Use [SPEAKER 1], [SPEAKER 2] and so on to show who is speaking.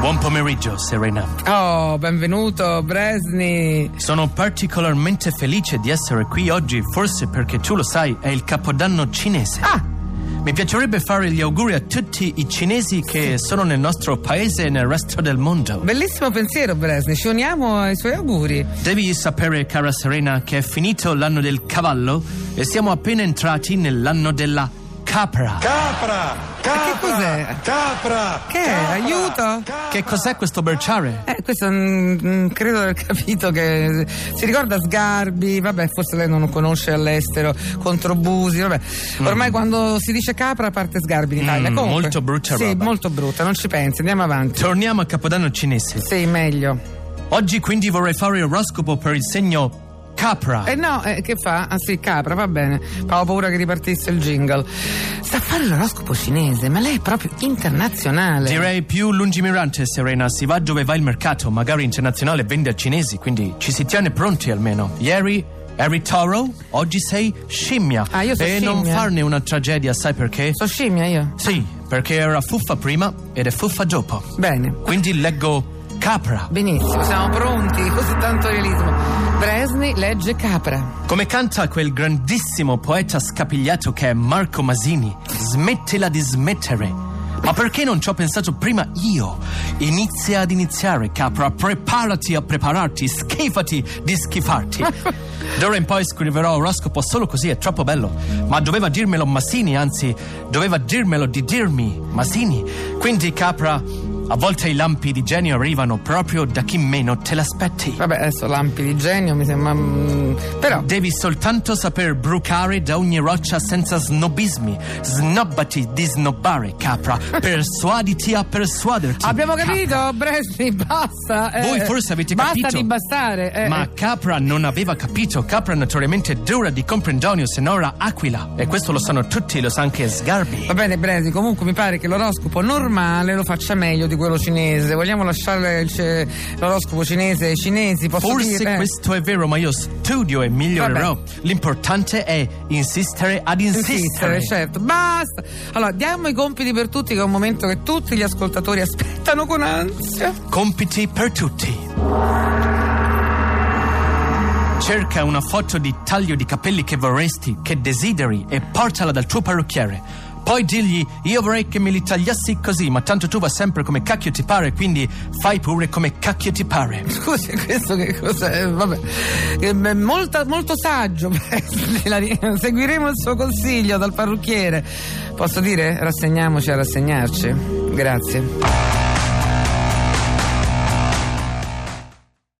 [SPEAKER 1] Buon pomeriggio, Serena.
[SPEAKER 2] Oh, benvenuto Bresni.
[SPEAKER 1] Sono particolarmente felice di essere qui oggi, forse perché tu lo sai, è il capodanno cinese.
[SPEAKER 2] Ah!
[SPEAKER 1] Mi piacerebbe fare gli auguri a tutti i cinesi che sono nel nostro paese e nel resto del mondo.
[SPEAKER 2] Bellissimo pensiero Bresni, ci uniamo ai suoi auguri. Eh,
[SPEAKER 1] Devi sapere, cara Serena, che è finito l'anno del cavallo e siamo appena entrati nell'anno della capra.
[SPEAKER 3] Capra! Capra!
[SPEAKER 2] che cos'è?
[SPEAKER 3] Capra!
[SPEAKER 2] Che è?
[SPEAKER 3] capra,
[SPEAKER 2] Aiuto?
[SPEAKER 3] capra.
[SPEAKER 1] Che cos'è questo berciare?
[SPEAKER 2] Eh, questo mm, mm, credo di aver capito che si ricorda Sgarbi, vabbè, forse lei non lo conosce all'estero, Controbusi, vabbè. Ormai quando si dice capra parte Sgarbi in Italia.
[SPEAKER 1] Mm,
[SPEAKER 2] Comunque-
[SPEAKER 1] molto brutta
[SPEAKER 2] Sì,
[SPEAKER 1] roba.
[SPEAKER 2] molto brutta, non ci pensi, andiamo avanti.
[SPEAKER 1] Torniamo al capodanno cinese.
[SPEAKER 2] Sì, meglio.
[SPEAKER 1] Oggi quindi vorrei fare oroscopo per il segno capra.
[SPEAKER 2] Eh no, eh, che fa? Ah sì, capra, va bene. Avevo paura che ripartisse il jingle. Sta a fare l'oroscopo cinese, ma lei è proprio internazionale.
[SPEAKER 1] Direi più lungimirante, Serena. Si va dove va il mercato, magari internazionale vende a cinesi, quindi ci si tiene pronti almeno. Ieri eri toro, oggi sei scimmia.
[SPEAKER 2] Ah, io sono
[SPEAKER 1] e non
[SPEAKER 2] scimmia.
[SPEAKER 1] farne una tragedia, sai perché?
[SPEAKER 2] Sono scimmia io.
[SPEAKER 1] Sì, perché era fuffa prima ed è fuffa dopo.
[SPEAKER 2] Bene.
[SPEAKER 1] Quindi leggo capra.
[SPEAKER 2] Benissimo, siamo pronti, così tanto realismo. Bresni legge capra.
[SPEAKER 1] Come canta quel grandissimo poeta scapigliato che è Marco Masini, smettila di smettere. Ma perché non ci ho pensato prima io? Inizia ad iniziare, capra, preparati a prepararti, schifati di schifarti. D'ora in poi scriverò oroscopo solo così, è troppo bello. Ma doveva dirmelo Masini, anzi, doveva dirmelo di dirmi Masini. Quindi, capra, a volte i lampi di genio arrivano proprio da chi meno te l'aspetti.
[SPEAKER 2] Vabbè, adesso lampi di genio mi sembra. mm, però.
[SPEAKER 1] Devi soltanto saper brucare da ogni roccia senza snobismi. Snobbati di snobbare, capra. Persuaditi a persuaderti.
[SPEAKER 2] Abbiamo
[SPEAKER 1] capra.
[SPEAKER 2] capito, Bresni, basta. eh,
[SPEAKER 1] Voi forse avete
[SPEAKER 2] basta
[SPEAKER 1] capito.
[SPEAKER 2] di bastare. eh,
[SPEAKER 1] Ma
[SPEAKER 2] eh.
[SPEAKER 1] Capra non aveva capito. Capra notoriamente dura di comprendonio, se non era aquila. E questo lo sanno tutti, lo sa anche Sgarbi.
[SPEAKER 2] Va bene, Bresni, comunque mi pare che l'oroscopo normale lo faccia meglio di quello cinese. Vogliamo lasciare il ce- l'oroscopo cinese ai cinesi? Posso
[SPEAKER 1] Forse
[SPEAKER 2] dire? Eh.
[SPEAKER 1] questo è vero, ma io studio e migliorerò. L'importante è insistere ad insistere.
[SPEAKER 2] insistere, certo. Basta. Allora, diamo i compiti per tutti, che è un momento che tutti gli ascoltatori aspettano con ansia.
[SPEAKER 1] Compiti per tutti. Cerca una foto di taglio di capelli che vorresti, che desideri e portala dal tuo parrucchiere. Poi digli, io vorrei che me li tagliassi così, ma tanto tu va sempre come cacchio ti pare, quindi fai pure come cacchio ti pare.
[SPEAKER 2] Scusi, questo che cos'è? Vabbè. Eh, beh, molta- molto saggio. La ri- Seguiremo il suo consiglio dal parrucchiere. Posso dire? Rassegniamoci a rassegnarci. Grazie.